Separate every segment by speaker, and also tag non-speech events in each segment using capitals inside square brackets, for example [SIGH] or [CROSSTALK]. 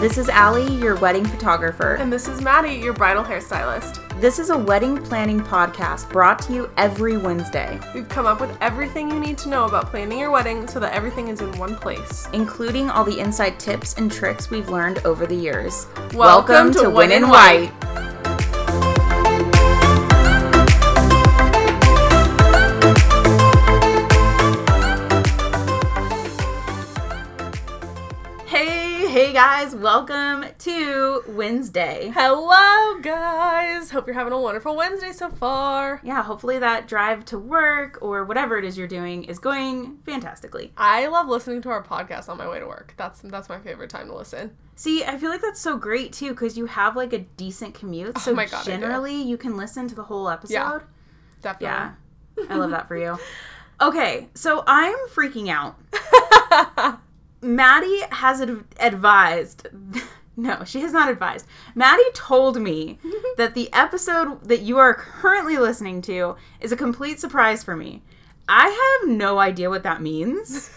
Speaker 1: This is Allie, your wedding photographer.
Speaker 2: And this is Maddie, your bridal hairstylist.
Speaker 1: This is a wedding planning podcast brought to you every Wednesday,
Speaker 2: We've come up with everything you need to know about planning your wedding so that everything is in one place.
Speaker 1: including all the inside tips and tricks we've learned over the years.
Speaker 2: Welcome to Win in White.
Speaker 1: Hey, hey guys, welcome to Wednesday.
Speaker 2: Hello, guys! Hope you're having a wonderful Wednesday so far.
Speaker 1: Yeah, hopefully that drive to work or whatever it is you're doing is going fantastically.
Speaker 2: I love listening to our podcast on my way to work. That's that's my favorite time to listen.
Speaker 1: See, I feel like that's so great too because you have like a decent commute. So
Speaker 2: Oh my God, I do.
Speaker 1: generally, you can listen to the whole episode.
Speaker 2: Yeah. Definitely.
Speaker 1: Yeah. I love that for you. Okay, so I'm freaking out. Maddie has ad- advised. [LAUGHS] No, she has not advised. Maddie told me that the episode that you are currently listening to is a complete surprise for me. I have no idea what that means.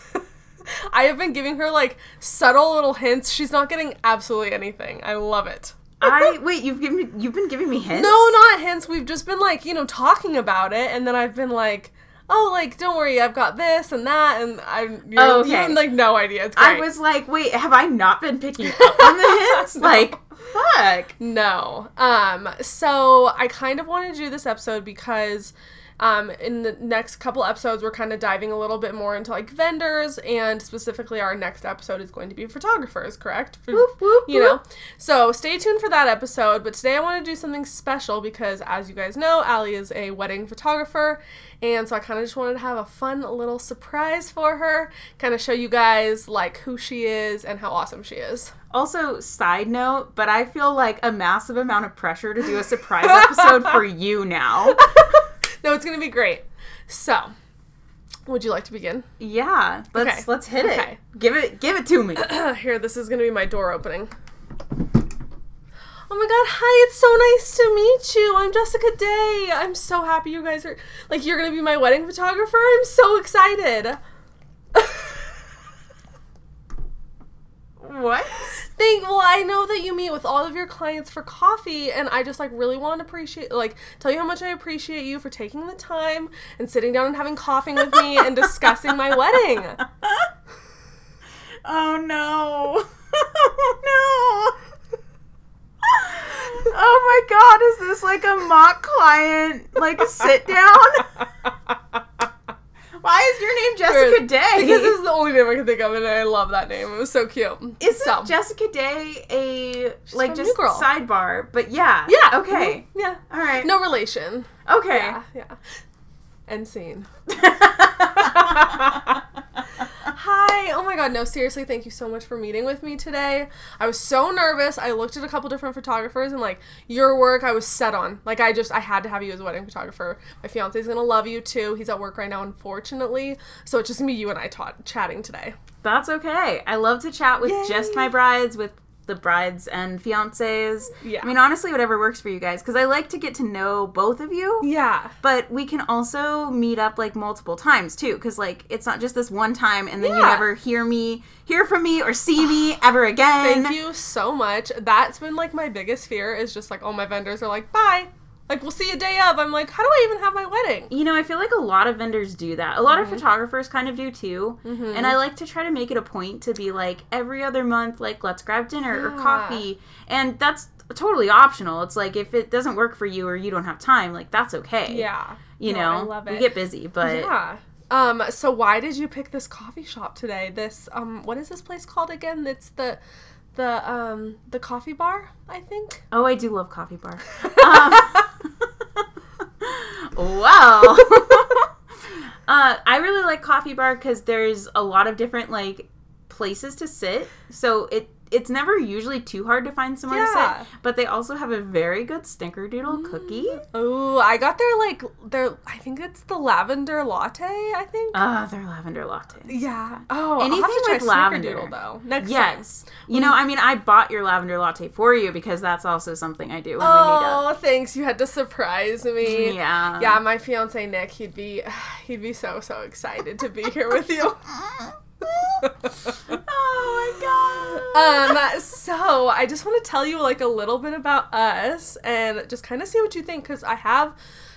Speaker 2: I have been giving her like subtle little hints. She's not getting absolutely anything. I love it.
Speaker 1: I wait, you've given me, you've been giving me hints.
Speaker 2: No, not hints. We've just been like, you know, talking about it, and then I've been like, oh, like don't worry, I've got this and that, and I'm you're,
Speaker 1: Oh,
Speaker 2: you
Speaker 1: okay.
Speaker 2: have, like no idea. It's
Speaker 1: I
Speaker 2: great.
Speaker 1: was like, wait, have I not been picking up on the hints?
Speaker 2: No.
Speaker 1: Like, fuck.
Speaker 2: no. Um. So I kind of wanted to do this episode because. Um, in the next couple episodes, we're kind of diving a little bit more into like vendors, and specifically, our next episode is going to be photographers, correct? For-
Speaker 1: Whoop, whoop,
Speaker 2: you
Speaker 1: whoop.
Speaker 2: know. So stay tuned for that episode. But today I want to do something special because, as you guys know, Allie is a wedding photographer. And so I kind of just wanted to have a fun little surprise for her, kind of show you guys like who she is and how awesome she is.
Speaker 1: Also, side note, but I feel like a massive amount of pressure to do a surprise episode [LAUGHS] for you now.
Speaker 2: [LAUGHS] No, it's going to be great. So, would you like to begin?
Speaker 1: Yeah, let's
Speaker 2: Okay.
Speaker 1: let's hit
Speaker 2: Okay.
Speaker 1: it. Give it give it to me.
Speaker 2: Ah, Here, this is going to be my door opening. Oh my god, hi, it's so nice to meet you. I'm Jessica Day. I'm so happy you guys are like you're going to be my wedding photographer. I'm so excited.
Speaker 1: what?
Speaker 2: Thank well, I know that you meet with all of your clients for coffee and I just like really want to appreciate like tell you how much I appreciate you for taking the time and sitting down and having coffee with me and discussing my wedding.
Speaker 1: [LAUGHS] Oh no. [LAUGHS] oh no. oh my god, is this like a mock client like a sit down? [LAUGHS] Why is your name Jessica Day?
Speaker 2: Because [LAUGHS] this is the only name I can think of and I love that name. It was so cute.
Speaker 1: [LAUGHS] Isn't
Speaker 2: so,
Speaker 1: Jessica Day a like
Speaker 2: from New
Speaker 1: just
Speaker 2: Girl.
Speaker 1: sidebar? But yeah, mm-hmm.
Speaker 2: Yeah.
Speaker 1: okay,
Speaker 2: mhm, Yeah.
Speaker 1: all right,
Speaker 2: No relation.
Speaker 1: okay.
Speaker 2: Yeah, yeah. End scene. Hi. Oh my god, no, seriously, thank you so much for meeting with me today. I was so nervous. I looked at a couple different photographers and like your work I was set on. Like I just I had to have you as a wedding photographer. My fiance's gonna love you too. He's at work right now, unfortunately. So it's just gonna be you and I ta- chatting today.
Speaker 1: [LAUGHS] That's okay. I love to chat with just my brides, with the brides and fiancés.
Speaker 2: Yeah.
Speaker 1: I mean, honestly, whatever works for you guys, because I like to get to know both of you.
Speaker 2: Yeah.
Speaker 1: But we can also meet up like multiple times too, because like it's not just this one time, and then you
Speaker 2: Yeah.
Speaker 1: never hear me, hear from me, or see me ever again.
Speaker 2: Thank you so much. That's been like my biggest fear is just like all my vendors are like, bye. Like we'll see you day of. I'm like, how do I even have my wedding?
Speaker 1: You know, I feel like a lot of vendors do that. A lot
Speaker 2: Mm-hmm.
Speaker 1: of photographers kind of do too. And I like to try to make it a point to be like every other month, like let's grab dinner or
Speaker 2: Yeah.
Speaker 1: coffee. And that's totally optional. It's like if it doesn't work for you or you don't have time, like that's okay.
Speaker 2: Yeah.
Speaker 1: You
Speaker 2: No,
Speaker 1: know,
Speaker 2: I love
Speaker 1: we
Speaker 2: it.
Speaker 1: get busy, but
Speaker 2: Yeah. Um, so why did you pick this coffee shop today? This um what is this place called again? It's the the um the coffee bar, I think.
Speaker 1: oh, I do love coffee
Speaker 2: [LAUGHS]
Speaker 1: bar. um,
Speaker 2: Uh-huh.
Speaker 1: wow. [LAUGHS] uh, I really like coffee bar because there's a lot of different like places to sit. So it it's never usually too hard to find someone to
Speaker 2: Yeah. Mm.
Speaker 1: set, but they also have a very good snickerdoodle cookie.
Speaker 2: Oh, I got their like their I think it's the lavender latte, I think.
Speaker 1: Ah, their lavender latte.
Speaker 2: yeah. Oh, I'll
Speaker 1: Anything
Speaker 2: have to try
Speaker 1: with lavender.
Speaker 2: Snickerdoodle though. Next time.
Speaker 1: Yes. You
Speaker 2: Mm.
Speaker 1: know, I mean, I bought your lavender latte for you because that's also something I do when
Speaker 2: Oh, thanks. You had to surprise
Speaker 1: we meet
Speaker 2: me.
Speaker 1: up. Yeah. [LAUGHS]
Speaker 2: Yeah, my fiance Nick, he'd be [SIGHS] he'd be so so excited to be here with you.
Speaker 1: oh my god.
Speaker 2: Um so, I just want to tell you like a little bit about us and just kind of see what you think cuz I have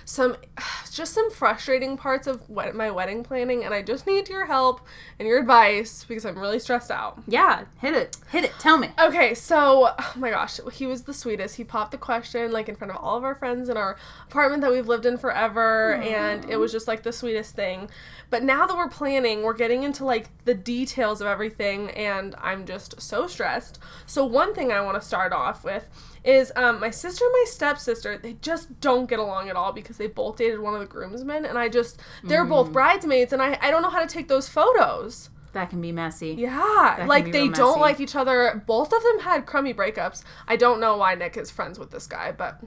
Speaker 2: some [SIGHS] just some frustrating parts of wed- my wedding planning and I just need your help and your advice because I'm really stressed out.
Speaker 1: yeah, hit it. Hit it. Tell me.
Speaker 2: Okay, so oh my gosh, he was the sweetest. He popped the question like in front of all of our friends in our apartment that we've lived in forever, and it was just like the sweetest thing. But now that we're planning, we're getting into like the details of everything, and I'm just so stressed. So one thing I want to start off with is um, my sister and my stepsister. They just don't get along at all because they both dated one of the groomsmen, and I just they're both bridesmaids, and I I don't know how to take those photos.
Speaker 1: That can be messy.
Speaker 2: Yeah,
Speaker 1: can be
Speaker 2: like they
Speaker 1: real
Speaker 2: don't
Speaker 1: messy.
Speaker 2: like each other. Both of them had crummy breakups. I don't know why Nick is friends with this guy, but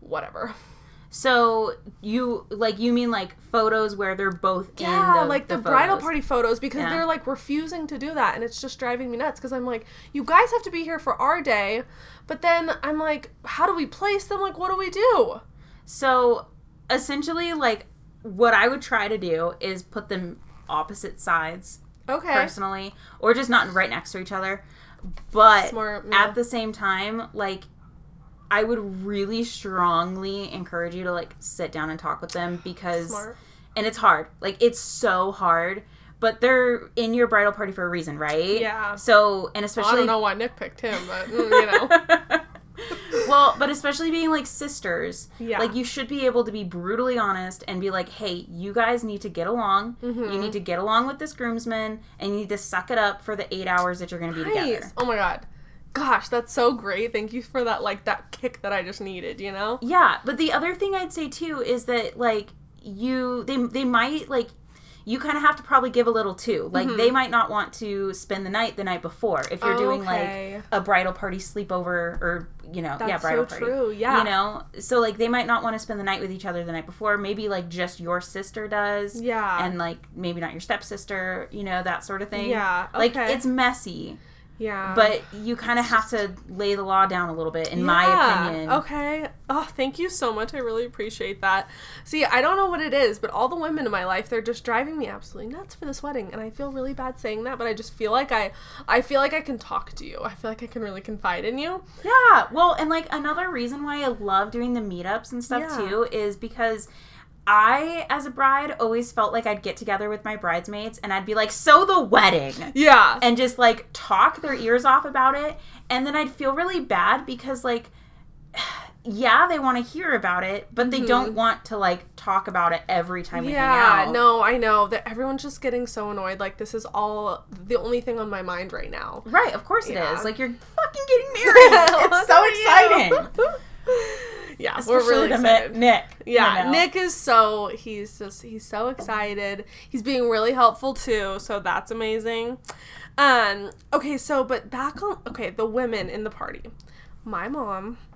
Speaker 2: whatever.
Speaker 1: So you like you mean like photos where they're both in
Speaker 2: Yeah,
Speaker 1: the,
Speaker 2: like the,
Speaker 1: photos.
Speaker 2: bridal party photos because
Speaker 1: Yeah.
Speaker 2: they're like refusing to do that, and it's just driving me nuts because I'm like, you guys have to be here for our day, but then I'm like, how do we place them? Like, what do we do?
Speaker 1: So essentially, like what I would try to do is put them opposite sides
Speaker 2: Okay.
Speaker 1: personally, or just not right next to each other. But
Speaker 2: Smart, yeah.
Speaker 1: at the same time, like I would really strongly encourage you to like sit down and talk with them because
Speaker 2: Smart.
Speaker 1: and it's hard. Like it's so hard. But they're in your bridal party for a reason, right?
Speaker 2: Yeah.
Speaker 1: So and
Speaker 2: Well, I
Speaker 1: especially
Speaker 2: don't know why Nick picked him, but mm, you [LAUGHS] know.
Speaker 1: well, but especially being like sisters,
Speaker 2: Yeah.
Speaker 1: like you should be able to be brutally honest and be like, "Hey, you guys need to get along.
Speaker 2: Mm-hmm.
Speaker 1: You need to get along with this groomsman, and you need to suck it up for the eight hours that you're going to be [LAUGHS] together."
Speaker 2: Nice. Oh my god. Gosh, that's so great. Thank you for that like that kick that I just needed, you know?
Speaker 1: Yeah, but the other thing I'd say too is that like you, they they might like. You kind of have to probably give a little too. Like they
Speaker 2: Mm-hmm.
Speaker 1: might not want to spend the night the night before if you're doing
Speaker 2: Okay.
Speaker 1: like a bridal party sleepover or you know yeah
Speaker 2: That's
Speaker 1: bridal
Speaker 2: so
Speaker 1: party.
Speaker 2: true. Yeah.
Speaker 1: You know, so like they might not want to spend the night with each other the night before. Maybe like just your sister does.
Speaker 2: Yeah.
Speaker 1: And like maybe not your stepsister, you know, that sort of thing.
Speaker 2: Yeah,
Speaker 1: Like
Speaker 2: okay.
Speaker 1: it's messy,
Speaker 2: Yeah.
Speaker 1: but you kind of have to lay the law down a little bit, in my
Speaker 2: Yeah,
Speaker 1: opinion.
Speaker 2: Okay. Oh, thank you so much. I really appreciate that. See, I don't know what it is, but all the women in my life, they're just driving me absolutely nuts for this wedding, and I feel really bad saying that, but I just feel like I I feel like I can talk to you. I feel like I can really confide in you.
Speaker 1: Yeah. Well, and like another reason why I love doing the meetups and stuff
Speaker 2: Yeah.
Speaker 1: too is because. I, as a bride, always felt like I'd get together with my bridesmaids and I'd be like, so the wedding.
Speaker 2: Yeah.
Speaker 1: and just like talk their ears off about it and then i'd feel really bad because like [SIGHS] yeah they want to hear about it but they don't want to like talk about it every time we
Speaker 2: Mm-hmm. Yeah,
Speaker 1: hang out
Speaker 2: no, I know that everyone's just getting so annoyed. Like this is all the only thing on my mind right now.
Speaker 1: right of course it
Speaker 2: Yeah.
Speaker 1: is like you're fucking getting
Speaker 2: [LAUGHS]
Speaker 1: married it's so exciting
Speaker 2: yeah,
Speaker 1: Especially
Speaker 2: we're really
Speaker 1: the
Speaker 2: excited.
Speaker 1: Mi- nick
Speaker 2: Yeah,
Speaker 1: you know.
Speaker 2: Nick is so he's just he's so excited. He's being really helpful too, so that's amazing. Um okay, so but back on okay, the women in the party. My mom [SIGHS]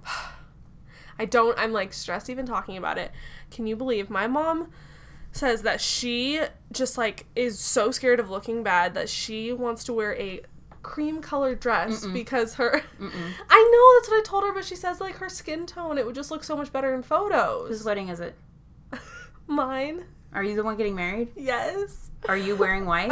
Speaker 2: I don't I'm like stressed even talking about it. Can you believe my mom says that she just like is so scared of looking bad that she wants to wear a cream colored dress because her [LAUGHS] I know that's what I told her but she says like her skin tone it would just look so much better in photos.
Speaker 1: whose wedding is it
Speaker 2: Mine.
Speaker 1: are you the one getting married
Speaker 2: Yes. [LAUGHS]
Speaker 1: are you wearing white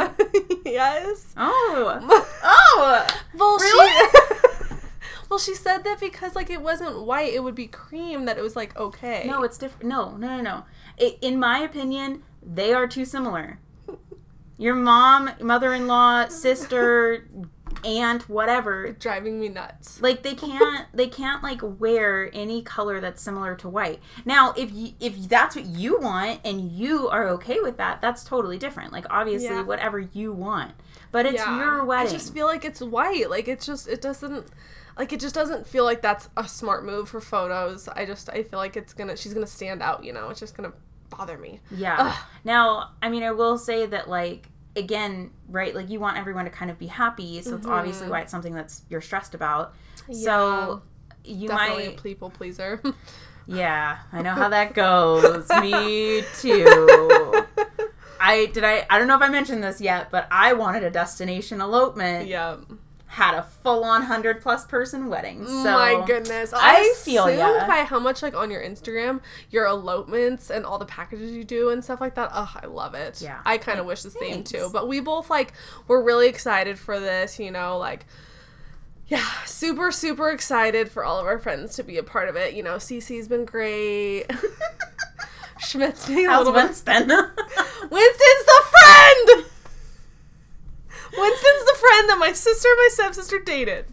Speaker 2: yes.
Speaker 1: oh
Speaker 2: Oh. Well, she
Speaker 1: Really?
Speaker 2: [LAUGHS] Well, she said that because like it wasn't white, it would be cream that it was like okay.
Speaker 1: no it's different no no no no I in my opinion they are too similar your mom mother-in-law sister aunt whatever
Speaker 2: driving me nuts.
Speaker 1: like they can't they can't like wear any color that's similar to white now if you if that's what you want and you are okay with that that's totally different like obviously
Speaker 2: Yeah.
Speaker 1: whatever you want but it's your
Speaker 2: I
Speaker 1: wedding
Speaker 2: just feel like it's white. Like it's just it doesn't like it just doesn't feel like that's a smart move for photos. I just I feel like it's gonna she's gonna stand out, you know. It's just gonna bother me.
Speaker 1: yeah
Speaker 2: Ugh.
Speaker 1: now i mean i will say that like again, right, like you want everyone to kind of be happy, so it's
Speaker 2: Mm-hmm.
Speaker 1: obviously why it's something that's you're stressed about. So you
Speaker 2: Definitely
Speaker 1: might
Speaker 2: a people [LAUGHS] pleaser.
Speaker 1: Yeah, I know how
Speaker 2: [LAUGHS]
Speaker 1: that goes. Me too. I did I I don't know if I mentioned this yet, but I wanted a destination elopement.
Speaker 2: yeah.
Speaker 1: Had a full on hundred plus person wedding. So
Speaker 2: my goodness.
Speaker 1: I feel
Speaker 2: assumed
Speaker 1: ya.
Speaker 2: by how much like on your Instagram, your elopements and all the packages you do and stuff like that. Ugh, I love it.
Speaker 1: Yeah.
Speaker 2: I kind of wish the same
Speaker 1: Thanks.
Speaker 2: too. But we both like were really excited for this, you know, like yeah, super super excited for all of our friends to be a part of it. You know, CC's been great. [LAUGHS] Schmidt's being a
Speaker 1: How's
Speaker 2: little bit
Speaker 1: Winston? [LAUGHS]
Speaker 2: Winston's the friend. Winston's the friend that my sister and my stepsister dated.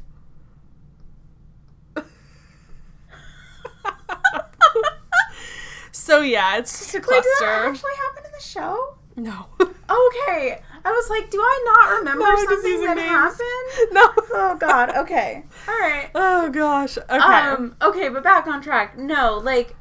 Speaker 2: so yeah, it's just a
Speaker 1: Wait, did that
Speaker 2: cluster.
Speaker 1: actually happen in the show?
Speaker 2: No,
Speaker 1: Okay. I was like, do I not remember
Speaker 2: No, I just
Speaker 1: something
Speaker 2: using
Speaker 1: that
Speaker 2: names.
Speaker 1: happened?
Speaker 2: no.
Speaker 1: Oh god, okay. Alright.
Speaker 2: Oh gosh. Okay.
Speaker 1: Um, okay, but back on track. No, like,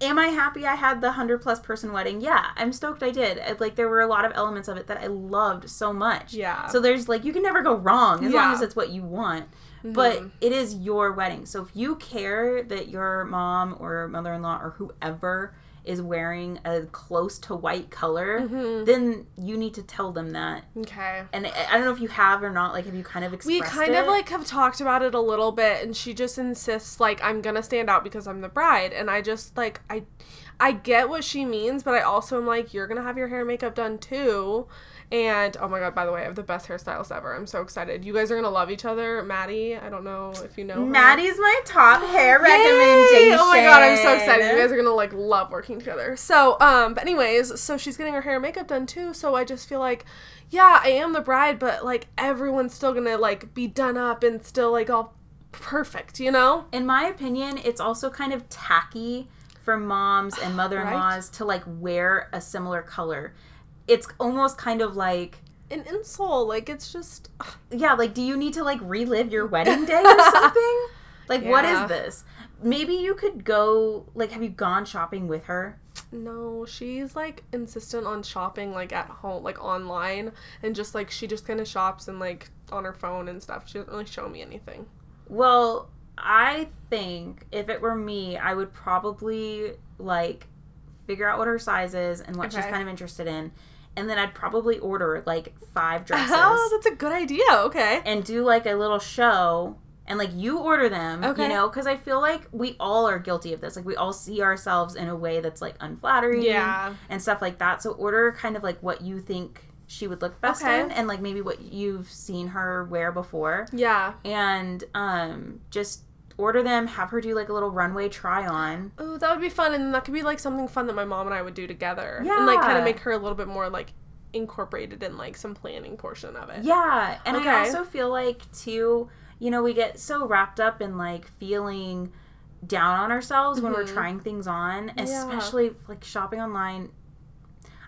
Speaker 1: am I happy I had the 100 plus person wedding? Yeah, I'm stoked I did. I- Like, there were a lot of elements of it that I loved so much.
Speaker 2: Yeah.
Speaker 1: So there's, like, you can never go wrong as
Speaker 2: Yeah. Mm-hmm.
Speaker 1: long as it's what you want. But it is your wedding. So if you care that your mom or mother in law or whoever is wearing a close to white color,
Speaker 2: Mm-hmm.
Speaker 1: then you need to tell them that.
Speaker 2: okay.
Speaker 1: And I, I don't know if you have or not. Like, have you kind of expressed
Speaker 2: We kind of
Speaker 1: it?
Speaker 2: like have talked about it a little bit and she just insists like I'm going to stand out because I'm the bride and I just like I I get what she means but I also am like you're going to have your hair and makeup done too. And oh my god, by the way, I have the best hairstylist ever. I'm so excited. You guys are going to love each other. Maddie, I don't know if you know her.
Speaker 1: Maddie's my top hair
Speaker 2: [GASPS] Yay!
Speaker 1: recommendation.
Speaker 2: Oh my god, I'm so excited. You guys are gonna like love working together. So, um, but anyways, so she's getting her hair and makeup done too. So I just feel like, yeah, I am the bride, but like everyone's still gonna like be done up and still like all perfect, you know?
Speaker 1: In my opinion, it's also kind of tacky for moms
Speaker 2: [GASPS]
Speaker 1: and mother-in-laws to like wear a similar color. It's almost kind of like
Speaker 2: An insole, like it's just
Speaker 1: yeah, like do you need to like relive your wedding day
Speaker 2: [LAUGHS]
Speaker 1: or something? Like what
Speaker 2: Yeah.
Speaker 1: is this? Maybe you could go like have you gone shopping with her?
Speaker 2: no. She's like insistent on shopping like at home, like online, and just like she just kind of shops and like on her phone and stuff. She doesn't really show me anything.
Speaker 1: Well, I think if it were me, I would probably like figure out what her size is and what she's
Speaker 2: Okay.
Speaker 1: kind of interested in, and then I'd probably order like
Speaker 2: [LAUGHS]
Speaker 1: five dresses
Speaker 2: Oh, that's a good idea. Okay.
Speaker 1: and do like a little show and like you order them,
Speaker 2: Okay.
Speaker 1: you know, because I feel like we all are guilty of this. Like we all see ourselves in a way that's like unflattering
Speaker 2: Yeah.
Speaker 1: and stuff like that. So order kind of like what you think she would look best
Speaker 2: Okay.
Speaker 1: in and like maybe what you've seen her wear before
Speaker 2: Yeah.
Speaker 1: and um, just order them, have her do like a little runway try on.
Speaker 2: Oh, that would be fun, and that could be like something fun that my mom and I would do together, and like kind of
Speaker 1: Yeah.
Speaker 2: make her a little bit more like incorporated in like some planning portion of it.
Speaker 1: Yeah, and
Speaker 2: Okay.
Speaker 1: I also feel like too, you know, we get so wrapped up in like feeling down on ourselves when we're
Speaker 2: Mhm.
Speaker 1: trying things on, especially like shopping online.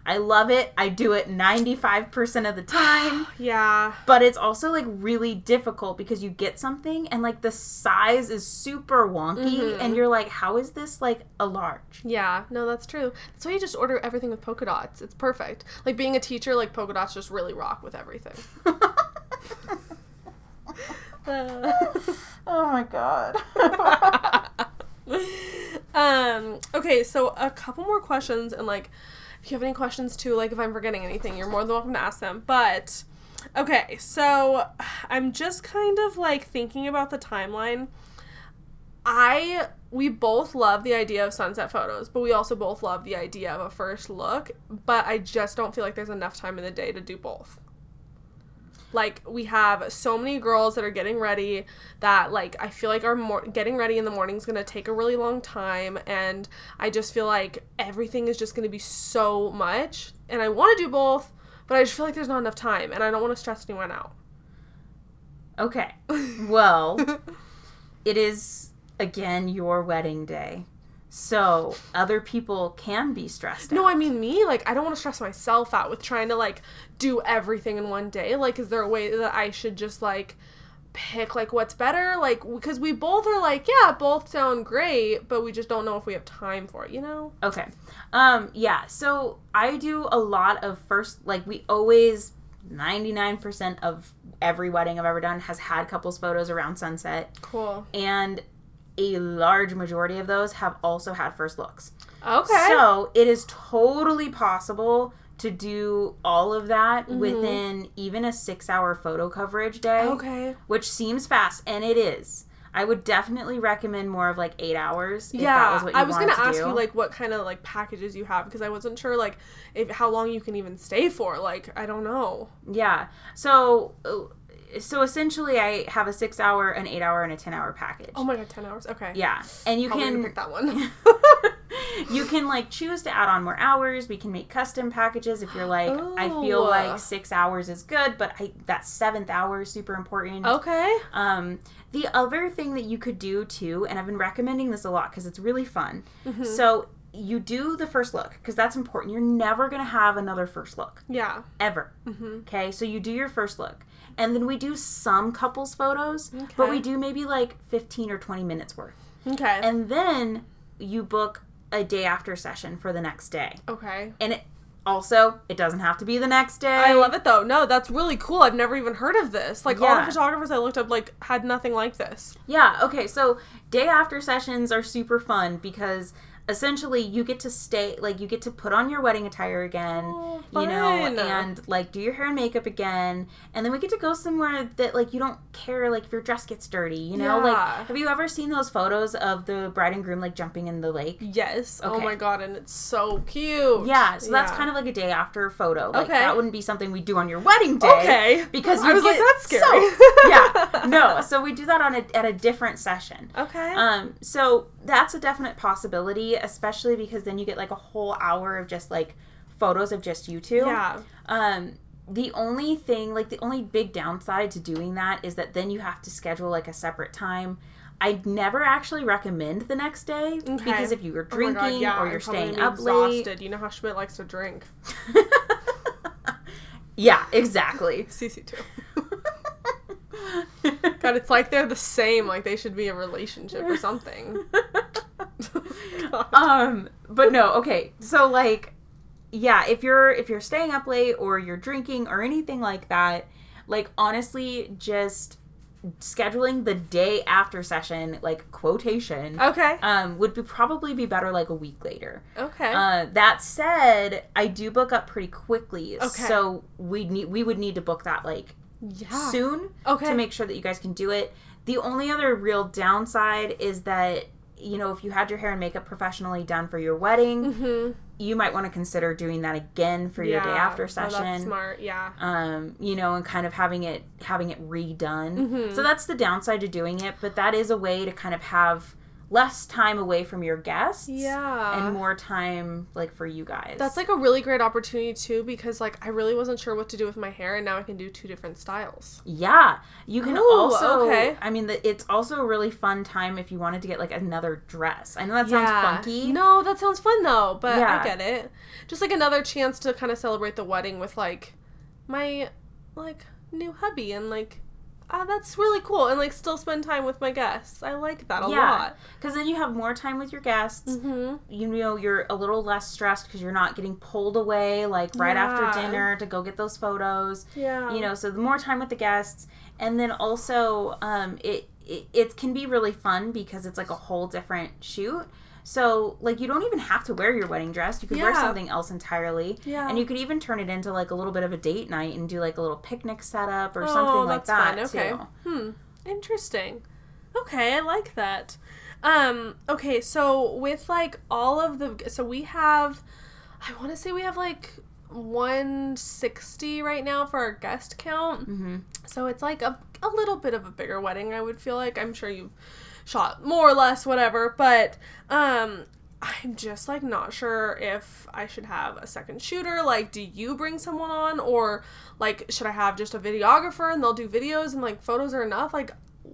Speaker 1: I love it. I do it 95% of the time,
Speaker 2: [GASPS] Yeah.
Speaker 1: but it's also like really difficult because you get something and like the size is super wonky
Speaker 2: Mhm.
Speaker 1: and you're like how is this like a large?
Speaker 2: Yeah. No, that's true. That's why you just order everything with polka dots. It's perfect. Like being a teacher, like polka dots just really rock with everything. [LAUGHS]
Speaker 1: Oh my god.
Speaker 2: um. Okay. So a couple more questions, and like, if you have any questions too, like if I'm forgetting anything, you're more than welcome to ask them. But okay. So I'm just kind of like thinking about the timeline. I we both love the idea of sunset photos, but we also both love the idea of a first look. But I just don't feel like there's enough time in the day to do both. Like we have so many girls that are getting ready that like I feel like our mor- getting ready in the morning is going to take a really long time and I just feel like everything is just going to be so much and I want to do both, but I just feel like there's not enough time and I don't want to stress anyone out.
Speaker 1: [LAUGHS] Okay. Well, it is again your wedding day. So other people can be stressed
Speaker 2: No,
Speaker 1: out.
Speaker 2: I mean me. Like, I don't want to stress myself out with trying to like do everything in one day. Like, is there a way that I should just like pick like what's better like because we both are like yeah both sound great but we just don't know if we have time for it you know
Speaker 1: Okay. Um yeah, so I do a lot of first like we always 99% of every wedding I've ever done has had couples photos around sunset
Speaker 2: cool
Speaker 1: and a large majority of those have also had first looks.
Speaker 2: okay
Speaker 1: So, it is totally possible to do all of that
Speaker 2: Mm-hmm.
Speaker 1: within even a 6-hour photo coverage day,
Speaker 2: okay
Speaker 1: which seems fast and it is. I would definitely recommend more of like 8 hours if that
Speaker 2: yeah
Speaker 1: was what you
Speaker 2: i was
Speaker 1: wanted
Speaker 2: gonna
Speaker 1: to
Speaker 2: ask
Speaker 1: do.
Speaker 2: you like what kind of like packages you have because i wasn't sure like if how long you can even stay for like i don't know
Speaker 1: Yeah. So uh, so essentially I have a 6 hour, an 8 hour and a 10 hour package.
Speaker 2: oh my god 10 hours okay
Speaker 1: yeah. And you
Speaker 2: Probably gonna
Speaker 1: can
Speaker 2: pick
Speaker 1: [LAUGHS]
Speaker 2: that one
Speaker 1: you can like choose to add on more hours. We can make custom packages if you're like I feel
Speaker 2: Oh.
Speaker 1: like 6 hours is good, but I that 7th hour is super important.
Speaker 2: okay
Speaker 1: Um, the other thing that you could do too, and I've been recommending this a lot because it's really fun.
Speaker 2: Mm-hmm.
Speaker 1: So you do the first look because that's important. You're never gonna have another first look
Speaker 2: yeah
Speaker 1: ever.
Speaker 2: Mm-hmm.
Speaker 1: Okay, so you do your first look, and then we do some couples photos, but
Speaker 2: Okay.
Speaker 1: we do maybe like 15 or 20 minutes worth.
Speaker 2: okay
Speaker 1: And then you book a day after session for the next day.
Speaker 2: okay
Speaker 1: And it, also, it doesn't have to be the next day.
Speaker 2: I love it though. No, that's really cool. I've never even heard of this. Like all
Speaker 1: Yeah.
Speaker 2: the photographers I looked up like had nothing like this.
Speaker 1: Yeah, okay, so day after sessions are super fun because essentially you get to stay like you get to put on your wedding attire again
Speaker 2: Oh,
Speaker 1: you know
Speaker 2: fun.
Speaker 1: and like do your hair and makeup again and then we get to go somewhere that like you don't care like if your dress gets dirty you know
Speaker 2: Yeah.
Speaker 1: like have you ever seen those photos of the bride and groom like jumping in the lake
Speaker 2: Yes. Oh
Speaker 1: Okay.
Speaker 2: my god, and it's so cute.
Speaker 1: yeah so that's kind of like a day after photo like
Speaker 2: Okay.
Speaker 1: that wouldn't be something we do on your wedding day
Speaker 2: Okay.
Speaker 1: because
Speaker 2: I
Speaker 1: you
Speaker 2: was like,
Speaker 1: get
Speaker 2: that's scary.
Speaker 1: so- [LAUGHS] yeah no so we do that on a, at a different session
Speaker 2: [LAUGHS] Okay.
Speaker 1: Um, so that's a definite possibility, especially because then you get like a whole hour of just like photos of just you two.
Speaker 2: yeah.
Speaker 1: Um, the only thing, like the only big downside to doing that is that then you have to schedule like a separate time. I never actually recommend the next day
Speaker 2: Okay.
Speaker 1: because if you were
Speaker 2: Oh my
Speaker 1: drinking
Speaker 2: god, yeah,
Speaker 1: or
Speaker 2: I'm
Speaker 1: you're
Speaker 2: probably
Speaker 1: staying
Speaker 2: gonna
Speaker 1: up
Speaker 2: be
Speaker 1: late.
Speaker 2: exhausted. You know how Schmidt likes to drink. [LAUGHS]
Speaker 1: [LAUGHS] yeah, exactly. [LAUGHS]
Speaker 2: CC too. God, it's like they're the same. Like they should be a relationship or something.
Speaker 1: [LAUGHS]
Speaker 2: [LAUGHS] God.
Speaker 1: um but no okay so like yeah if you're if you're staying up late or you're drinking or anything like that like honestly just scheduling the day after session like quotation
Speaker 2: Okay.
Speaker 1: um would be probably be better like a week later
Speaker 2: Okay.
Speaker 1: uh, that said i do book up pretty quickly
Speaker 2: Okay.
Speaker 1: so we need we would need to book that like
Speaker 2: yeah.
Speaker 1: soon
Speaker 2: Okay.
Speaker 1: to make sure that you guys can do it. The only other real downside is that you know if you had your hair and makeup professionally done for your wedding,
Speaker 2: Mhm.
Speaker 1: you might want to consider doing that again for your day
Speaker 2: Yeah.
Speaker 1: after
Speaker 2: Oh, that's
Speaker 1: session.
Speaker 2: smart. Yeah.
Speaker 1: um, you know, and kind of having it having it redone.
Speaker 2: Mm-hmm.
Speaker 1: So that's the downside to doing it, but that is a way to kind of have less time away from your guests
Speaker 2: Yeah.
Speaker 1: and more time like for you guys.
Speaker 2: That's like a really great opportunity too because like I really wasn't sure what to do with my hair and now I can do two different styles.
Speaker 1: Yeah, you can
Speaker 2: Ooh,
Speaker 1: also.
Speaker 2: okay.
Speaker 1: I mean, the, it's also a really fun time if you wanted to get like another dress. I know that sounds funky.
Speaker 2: No, that sounds fun though, but
Speaker 1: Yeah.
Speaker 2: I get it. Just like another chance to kind of celebrate the wedding with like my like new hubby and like ah that's really cool and like still spend time with my guests. I like that a
Speaker 1: yeah, because then you have more time with your guests.
Speaker 2: lot. Mhm.
Speaker 1: You know, you're a little less stressed because you're not getting pulled away like right after
Speaker 2: Yeah.
Speaker 1: dinner to go get those photos.
Speaker 2: Yeah.
Speaker 1: You know, so the more time with the guests, and then also um, it, it it can be really fun because it's like a whole different shoot. So like you don't even have to wear your wedding dress. You could wear
Speaker 2: Yeah.
Speaker 1: something else entirely.
Speaker 2: Yeah.
Speaker 1: And you could even turn it into like a little bit of a date night and do like a little picnic setup or
Speaker 2: Oh,
Speaker 1: something like
Speaker 2: that's fun.
Speaker 1: that
Speaker 2: Okay.
Speaker 1: too.
Speaker 2: Hmm. Interesting. Okay, I like that. Um, okay, so with like all of the so we have I want to say we have like 160 right now for our guest count.
Speaker 1: Mm-hmm.
Speaker 2: So it's like a, a little bit of a bigger wedding, I would feel like. I'm sure you've shot more or less, whatever, but um I'm just like not sure if I should have a second shooter. Like, do you bring someone on or like should I have just a videographer and they'll do videos and like photos are enough? Like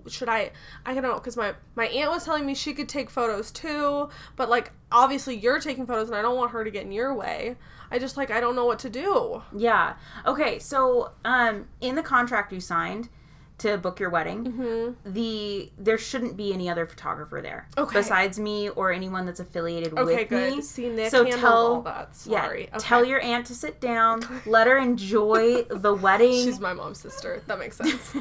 Speaker 2: should I I don't know cuz my my aunt was telling me she could take photos too, but like obviously you're taking photos and I don't want her to get in your way. I just like I don't know what to do.
Speaker 1: Yeah. Okay. So um, in the contract you signed, to book your wedding, the there shouldn't be any other photographer there
Speaker 2: Mm-hmm. Okay.
Speaker 1: besides me or anyone that's affiliated
Speaker 2: Okay,
Speaker 1: with
Speaker 2: good.
Speaker 1: me.
Speaker 2: See, Nick
Speaker 1: So
Speaker 2: handled
Speaker 1: tell-
Speaker 2: all that. Sorry.
Speaker 1: Yeah,
Speaker 2: Okay.
Speaker 1: tell your aunt to sit down. Let her enjoy
Speaker 2: [LAUGHS]
Speaker 1: the wedding.
Speaker 2: She's my mom's sister. That makes sense.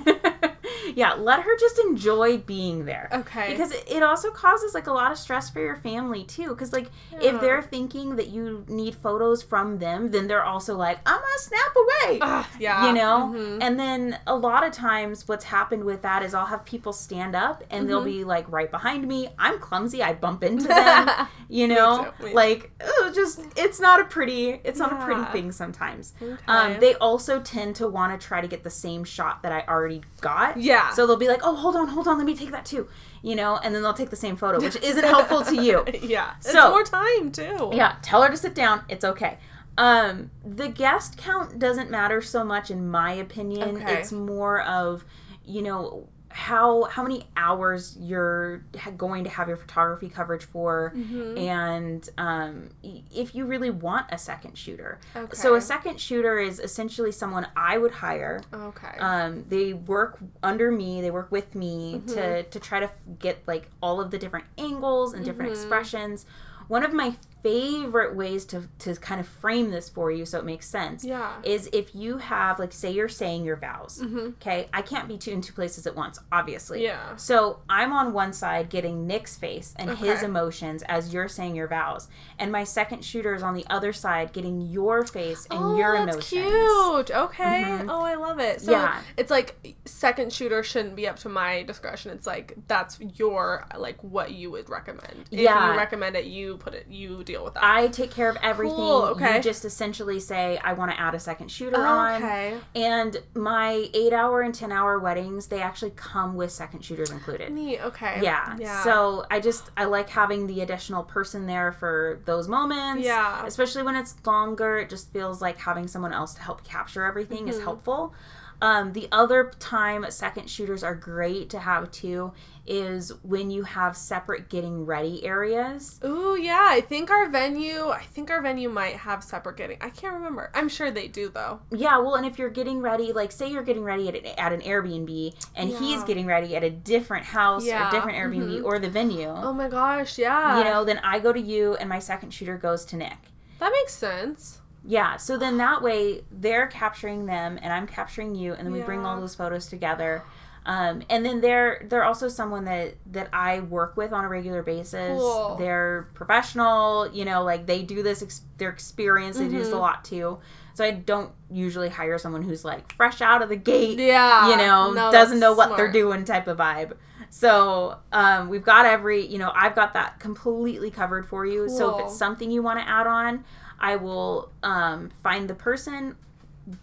Speaker 1: [LAUGHS] yeah, let her just enjoy being there.
Speaker 2: Okay.
Speaker 1: Because it- it also causes like a lot of stress for your family too. Because like
Speaker 2: Yeah.
Speaker 1: if they're thinking that you need photos from them, then they're also like, I'm gonna snap away.
Speaker 2: Ugh, yeah.
Speaker 1: Ah, You know?
Speaker 2: Mhm.
Speaker 1: And then a lot of times what's happened with that is I'll have people stand up and they'll
Speaker 2: Mm-hmm.
Speaker 1: be like right behind me. I'm clumsy, I bump into them.
Speaker 2: [LAUGHS]
Speaker 1: you know?
Speaker 2: too, me
Speaker 1: Like ugh, just it's not a pretty it's not a pretty
Speaker 2: Yeah.
Speaker 1: thing sometimes.
Speaker 2: Okay.
Speaker 1: Um, they also tend to want to try to get the same shot that I already got.
Speaker 2: Yeah.
Speaker 1: So they'll be like, "Oh, hold on, hold on, let me take that too," you know, and then they'll take the same photo, which isn't helpful to
Speaker 2: [LAUGHS]
Speaker 1: you.
Speaker 2: yeah. It's
Speaker 1: So-
Speaker 2: more time too.
Speaker 1: Yeah, tell her to sit down. It's okay. Um, the guest count doesn't matter so much, in my opinion.
Speaker 2: Okay.
Speaker 1: It's more of, you know, how how many hours you're ha- going to have your photography coverage for,
Speaker 2: Mm-hmm.
Speaker 1: and um, y- if you really want a second shooter.
Speaker 2: Okay.
Speaker 1: So a second shooter is essentially someone I would hire.
Speaker 2: Okay.
Speaker 1: Um, they work under me. They work with me
Speaker 2: Mm-hmm.
Speaker 1: to to try to f- get like all of the different angles and
Speaker 2: Mm-hmm.
Speaker 1: different expressions. One of my favorite ways to to kind of frame this for you so it makes sense
Speaker 2: yeah.
Speaker 1: is if you have like say you're saying your vows.
Speaker 2: Mhm.
Speaker 1: Okay, I can't be two in two places at once, obviously.
Speaker 2: Yeah.
Speaker 1: So I'm on one side getting Nick's face and his
Speaker 2: Okay.
Speaker 1: emotions as you're saying your vows, and my second shooter is on the other side getting your face and
Speaker 2: oh,
Speaker 1: your
Speaker 2: that's
Speaker 1: emotions.
Speaker 2: cute. Okay.
Speaker 1: Mhm.
Speaker 2: Oh, I love it. So
Speaker 1: Yeah.
Speaker 2: it's like second shooter shouldn't be up to my discretion. It's like that's your like what you would recommend. If
Speaker 1: Yeah.
Speaker 2: you recommend it, you put it. You deal with that.
Speaker 1: I take care of everything.
Speaker 2: Cool, okay.
Speaker 1: You just essentially say, I want to add a second shooter on.
Speaker 2: Okay.
Speaker 1: And my eight hour and 10 hour weddings, they actually come with second shooters included.
Speaker 2: Neat. Okay.
Speaker 1: Yeah. So I just, I like having the additional person there for those moments.
Speaker 2: Yeah.
Speaker 1: Especially when it's longer, it just feels like having someone else to help capture everything is
Speaker 2: Mm-hmm.
Speaker 1: helpful. Um, the other time second shooters are great to have too is when you have separate getting ready areas.
Speaker 2: Ooh, yeah. I think our venue. I think our venue might have separate getting. I can't remember. I'm sure they do though.
Speaker 1: Yeah, well, and if you're getting ready, like say you're getting ready at, at an Airbnb and he's
Speaker 2: Yeah.
Speaker 1: getting ready at a different house
Speaker 2: Yeah,
Speaker 1: or different Airbnb or the venue,
Speaker 2: Oh my gosh. Yeah.
Speaker 1: you know, then I go to you and my second shooter goes to Nick.
Speaker 2: that makes sense.
Speaker 1: Yeah, so then that way they're capturing them and I'm capturing you and then we bring all
Speaker 2: Yeah.
Speaker 1: those photos together. Um, and then they're they're also someone that that I work with on a regular basis.
Speaker 2: Cool.
Speaker 1: They're professional, you know, like they do this. Ex- they're experienced. They do
Speaker 2: Mm-hmm.
Speaker 1: this a lot too. So I don't usually hire someone who's like fresh out of the gate
Speaker 2: Yeah.
Speaker 1: you know,
Speaker 2: Ah, No,
Speaker 1: doesn't
Speaker 2: that's
Speaker 1: know what they're
Speaker 2: smart.
Speaker 1: doing type of vibe. So um, we've got every, you know, I've got that completely covered for you. So if
Speaker 2: Cool.
Speaker 1: it's something you want to add on, I will um, find the person,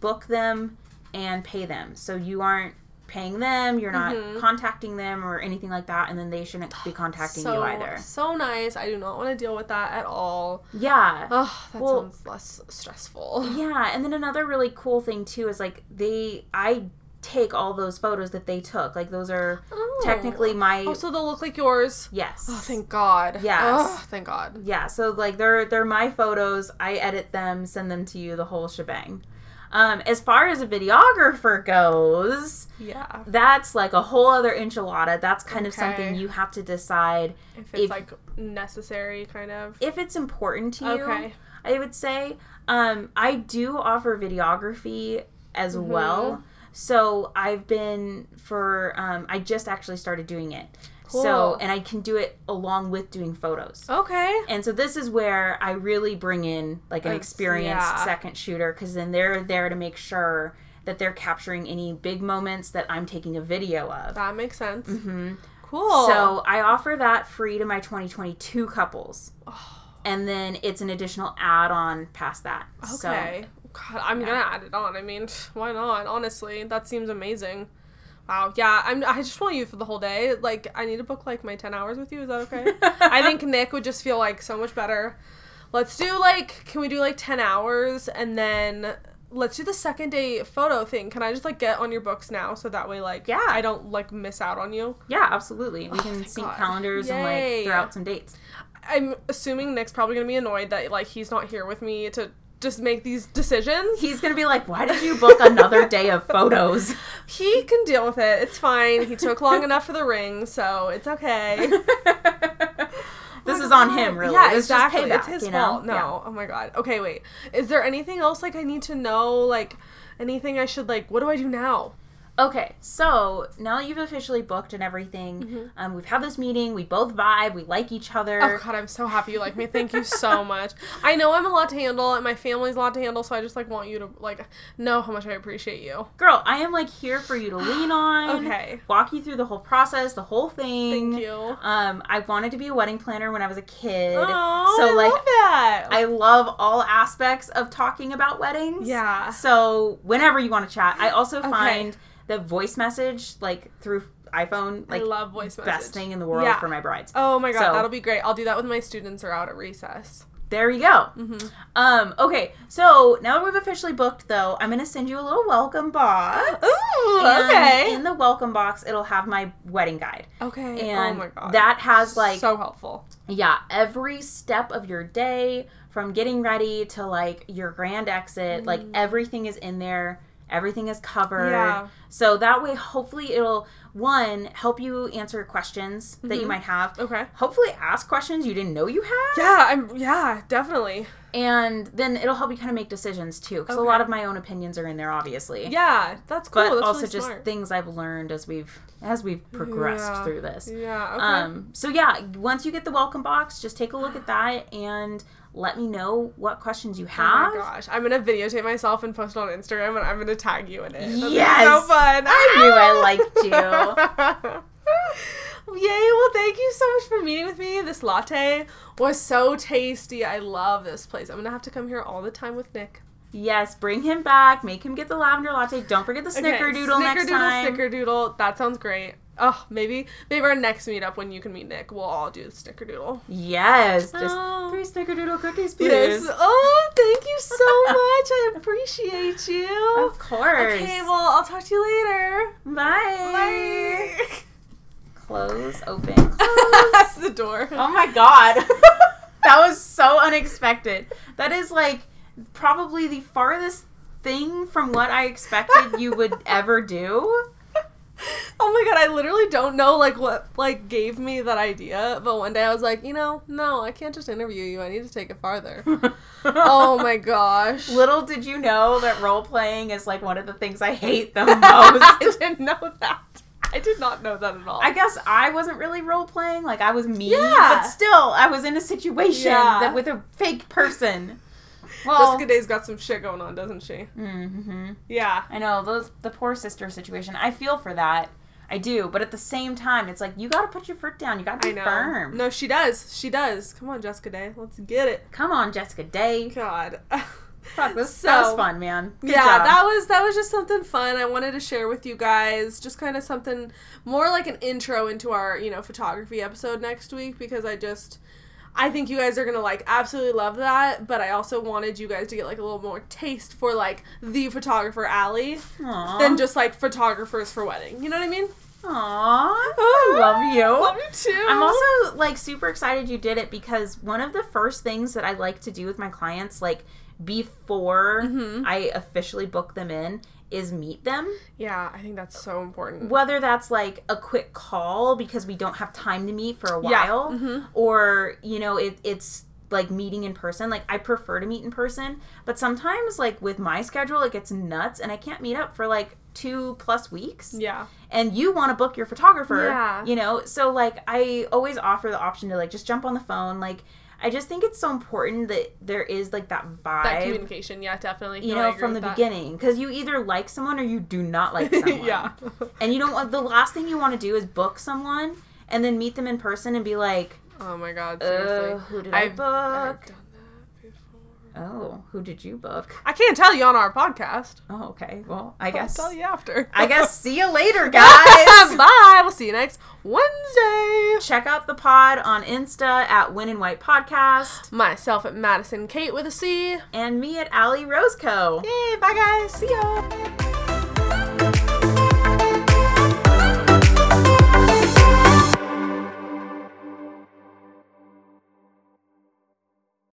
Speaker 1: book them, and pay them. So you aren't paying them, you're not
Speaker 2: Mhm.
Speaker 1: contacting them or anything like that, and then they shouldn't be contacting
Speaker 2: so,
Speaker 1: you either.
Speaker 2: So nice. I do not want to deal with that at all.
Speaker 1: Yeah.
Speaker 2: Oh, that
Speaker 1: Well-
Speaker 2: sounds less [LAUGHS] stressful.
Speaker 1: Yeah, and then another really cool thing too is like they, I take all those photos that they took. Like those are
Speaker 2: Oh.
Speaker 1: technically my
Speaker 2: Oh, so they'll look like yours.
Speaker 1: Yes.
Speaker 2: Oh, thank God.
Speaker 1: Yes.
Speaker 2: Oh, thank God.
Speaker 1: yeah, so like they're they're my photos. I edit them, send them to you, the whole shebang. Um, as far as a videographer goes,
Speaker 2: Yeah.
Speaker 1: that's like a whole other enchilada. That's kind of
Speaker 2: Okay.
Speaker 1: something you have to decide
Speaker 2: If it's
Speaker 1: If-
Speaker 2: like necessary, kind of.
Speaker 1: if it's important to you.
Speaker 2: Okay.
Speaker 1: I would say um, I do offer videography as
Speaker 2: Mm-hmm.
Speaker 1: well. So I've been for um, I just actually started doing it.
Speaker 2: Cool.
Speaker 1: So and I can do it along with doing photos.
Speaker 2: Okay.
Speaker 1: And so this is where I really bring in like an
Speaker 2: It's-
Speaker 1: experienced
Speaker 2: yeah.
Speaker 1: second shooter because then they're there to make sure that they're capturing any big moments that I'm taking a video of.
Speaker 2: That makes sense.
Speaker 1: Mhm.
Speaker 2: Cool.
Speaker 1: So I offer that free to my 2022 couples.
Speaker 2: Oh.
Speaker 1: And then it's an additional add on past that. So- [LAUGHS]
Speaker 2: Okay. God, I'm gonna add it on. I mean, [LAUGHS] why not? Honestly, that seems amazing. Wow. Yeah. I'm. I just want you for the whole day. Like, I need to book like my ten hours with you. Is that
Speaker 1: [LAUGHS]
Speaker 2: okay? I think Nick would just feel like so much better. Let's do like, can we do like ten hours and then let's do the second day photo thing. Can I just like get on your books now so that way like
Speaker 1: Yeah.
Speaker 2: I don't like miss out on you.
Speaker 1: Yeah, absolutely. We can
Speaker 2: thank
Speaker 1: sync
Speaker 2: Oh God.
Speaker 1: calendars and
Speaker 2: Yay.
Speaker 1: like throw out some dates.
Speaker 2: I'm assuming Nick's probably gonna be annoyed that like he's not here with me to just make these decisions.
Speaker 1: He's gonna be like, why did you book another day of photos?
Speaker 2: He can deal with it. It's fine. He took long enough for the ring, so it's okay.
Speaker 1: [LAUGHS] this is on him, really.
Speaker 2: Yeah,
Speaker 1: It's just
Speaker 2: exactly.
Speaker 1: payback,
Speaker 2: it's his
Speaker 1: you know?
Speaker 2: fault. No. Oh my god. Okay, wait. Is there anything else like I need to know? Like anything I should like? What do I do now?
Speaker 1: Yeah. Okay, so now that you've officially booked and everything, um, we've had this meeting. We both vibe. We like each other.
Speaker 2: Oh god, I'm so happy you like me. Thank
Speaker 1: [LAUGHS]
Speaker 2: you so much. I know I'm a lot to handle, and my family's a lot to handle. So I just like want you to like know how much I appreciate you.
Speaker 1: Girl, I am like here for you to [GASPS] lean on.
Speaker 2: Okay.
Speaker 1: Walk you through the whole process, the whole thing.
Speaker 2: Thank you.
Speaker 1: Um, I wanted to be a wedding planner when I was a kid.
Speaker 2: Oh,
Speaker 1: so
Speaker 2: I
Speaker 1: like
Speaker 2: love that.
Speaker 1: I love all aspects of talking about weddings.
Speaker 2: Yeah.
Speaker 1: So whenever you want to chat, I also
Speaker 2: Okay.
Speaker 1: find the voice message like through iPhone like
Speaker 2: I love voice
Speaker 1: best
Speaker 2: message.
Speaker 1: thing in the world
Speaker 2: Yeah.
Speaker 1: for my brides.
Speaker 2: Oh my god,
Speaker 1: So-
Speaker 2: that'll be great. I'll do that when my students are out at recess.
Speaker 1: There you go.
Speaker 2: Mhm.
Speaker 1: Um, okay, so now that we've officially booked, though, I'm gonna send you a little welcome box.
Speaker 2: [GASPS] Ooh,
Speaker 1: And
Speaker 2: okay.
Speaker 1: In the welcome box, it'll have my wedding guide.
Speaker 2: okay.
Speaker 1: And
Speaker 2: oh my god.
Speaker 1: that has like
Speaker 2: so helpful.
Speaker 1: yeah, every step of your day from getting ready to like your grand exit, like everything is in there. Everything is covered.
Speaker 2: Mm. Yeah.
Speaker 1: So that way hopefully it'll one help you answer questions
Speaker 2: Mm-hmm.
Speaker 1: that you might have.
Speaker 2: Okay.
Speaker 1: Hopefully ask questions you didn't know you had.
Speaker 2: Yeah, I'm yeah, definitely.
Speaker 1: And then it'll help you kind of make decisions too cuz a
Speaker 2: Okay.
Speaker 1: lot of my own opinions are in there obviously.
Speaker 2: Yeah, that's cool.
Speaker 1: But
Speaker 2: that's
Speaker 1: also
Speaker 2: really
Speaker 1: just
Speaker 2: smart.
Speaker 1: things I've learned as we've as we've progressed
Speaker 2: Yeah.
Speaker 1: through this.
Speaker 2: yeah, okay.
Speaker 1: Um, so yeah, once you get the welcome box, just take a look at that and let me know what questions you have.
Speaker 2: Oh my gosh. I'm gonna videotape myself and post it on Instagram and I'm gonna tag you in it. That's
Speaker 1: Yes!
Speaker 2: so fun.
Speaker 1: I knew I liked you.
Speaker 2: [LAUGHS] Yay, well thank you so much for meeting with me. This latte was so tasty. I love this place. I'm gonna have to come here all the time with Nick.
Speaker 1: Yes, bring him back. Make him get the lavender latte. Don't forget the snickerdoodle next time.
Speaker 2: Snickerdoodle, that sounds great. Oh, maybe maybe our next meetup when you can meet Nick, we'll all do the snickerdoodle.
Speaker 1: Yes, just
Speaker 2: Oh.
Speaker 1: three snickerdoodle cookies, please.
Speaker 2: Yes. Oh, thank
Speaker 1: [LAUGHS]
Speaker 2: you so much. I appreciate you.
Speaker 1: Of course.
Speaker 2: Okay, well, I'll talk to you later.
Speaker 1: Bye.
Speaker 2: Bye.
Speaker 1: Close open. [LAUGHS]
Speaker 2: [LAUGHS] That's the door.
Speaker 1: Oh my god. [LAUGHS] that was so unexpected. That is like probably the farthest thing from what I expected you would ever [LAUGHS] do.
Speaker 2: Oh my god, I literally don't know like what like gave me that idea, but one day I was like, you know, no, I can't just interview you. I need to take it
Speaker 1: [LAUGHS]
Speaker 2: farther. oh my gosh.
Speaker 1: Little did you know that role playing is like one of the things I hate the most.
Speaker 2: [LAUGHS] I didn't know that. I did not know that at all.
Speaker 1: I guess I wasn't really role playing, like I was me,
Speaker 2: Yeah.
Speaker 1: but still I was in a situation
Speaker 2: Yeah.
Speaker 1: that with a fake person. Well,
Speaker 2: Jessica Day's got some shit going on, doesn't she?
Speaker 1: mm-hmm.
Speaker 2: Yeah.
Speaker 1: I know those the poor sister situation. I feel for that. I do, but at the same time, it's like you got to put your foot down. You got to
Speaker 2: I
Speaker 1: be
Speaker 2: know.
Speaker 1: firm.
Speaker 2: No, she does. She does. Come on, Jessica Day. Let's get it.
Speaker 1: Come on, Jessica Day.
Speaker 2: God. [LAUGHS]
Speaker 1: Fuck, this
Speaker 2: So-
Speaker 1: that was fun, man. Good
Speaker 2: yeah,
Speaker 1: job.
Speaker 2: that was that was just something fun I wanted to share with you guys. Just kind of something more like an intro into our, you know, photography episode next week because I just I think you guys are going to like absolutely love that, but I also wanted you guys to get like a little more taste for like the photographer alley
Speaker 1: Aw.
Speaker 2: than just like photographers for wedding. You know what I mean?
Speaker 1: Aw, Oh, I love you.
Speaker 2: Love you too.
Speaker 1: I'm also like super excited you did it because one of the first things that I like to do with my clients, like before I officially book them in, is meet them.
Speaker 2: Yeah, I think that's so important.
Speaker 1: whether that's like a quick call because we don't have time to meet for a
Speaker 2: Yeah. Mm-hmm.
Speaker 1: while or you know it, it's like meeting in person like i prefer to meet in person but sometimes like with my schedule it gets nuts and i can't meet up for like two plus weeks
Speaker 2: Yeah.
Speaker 1: and you want to book your photographer
Speaker 2: Yeah.
Speaker 1: you know so like i always offer the option to like just jump on the phone like i just think it's so important that there is like that vibe
Speaker 2: That communication, yeah, definitely.
Speaker 1: you
Speaker 2: No, I
Speaker 1: know
Speaker 2: agree
Speaker 1: from the
Speaker 2: with that.
Speaker 1: beginning because you either like someone or you do not like someone
Speaker 2: [LAUGHS] yeah.
Speaker 1: and you don't want the last thing you want to do is book someone and then meet them in person and be like,
Speaker 2: Oh my god, seriously.
Speaker 1: oh, who did i
Speaker 2: I've- I've
Speaker 1: book?
Speaker 2: done that before.
Speaker 1: Oh, who did you book?
Speaker 2: I can't tell you on our podcast.
Speaker 1: Oh, okay. Well, I
Speaker 2: I'll
Speaker 1: guess.
Speaker 2: tell you after.
Speaker 1: I
Speaker 2: [LAUGHS]
Speaker 1: guess. See you later, guys.
Speaker 2: Bye. We'll see you next Wednesday.
Speaker 1: Check out the pod on Insta at Win and White Podcast
Speaker 2: Myself at Madison Kate with a C.
Speaker 1: and me at Allie Roseco.
Speaker 2: Yay. Bye, guys. See ya.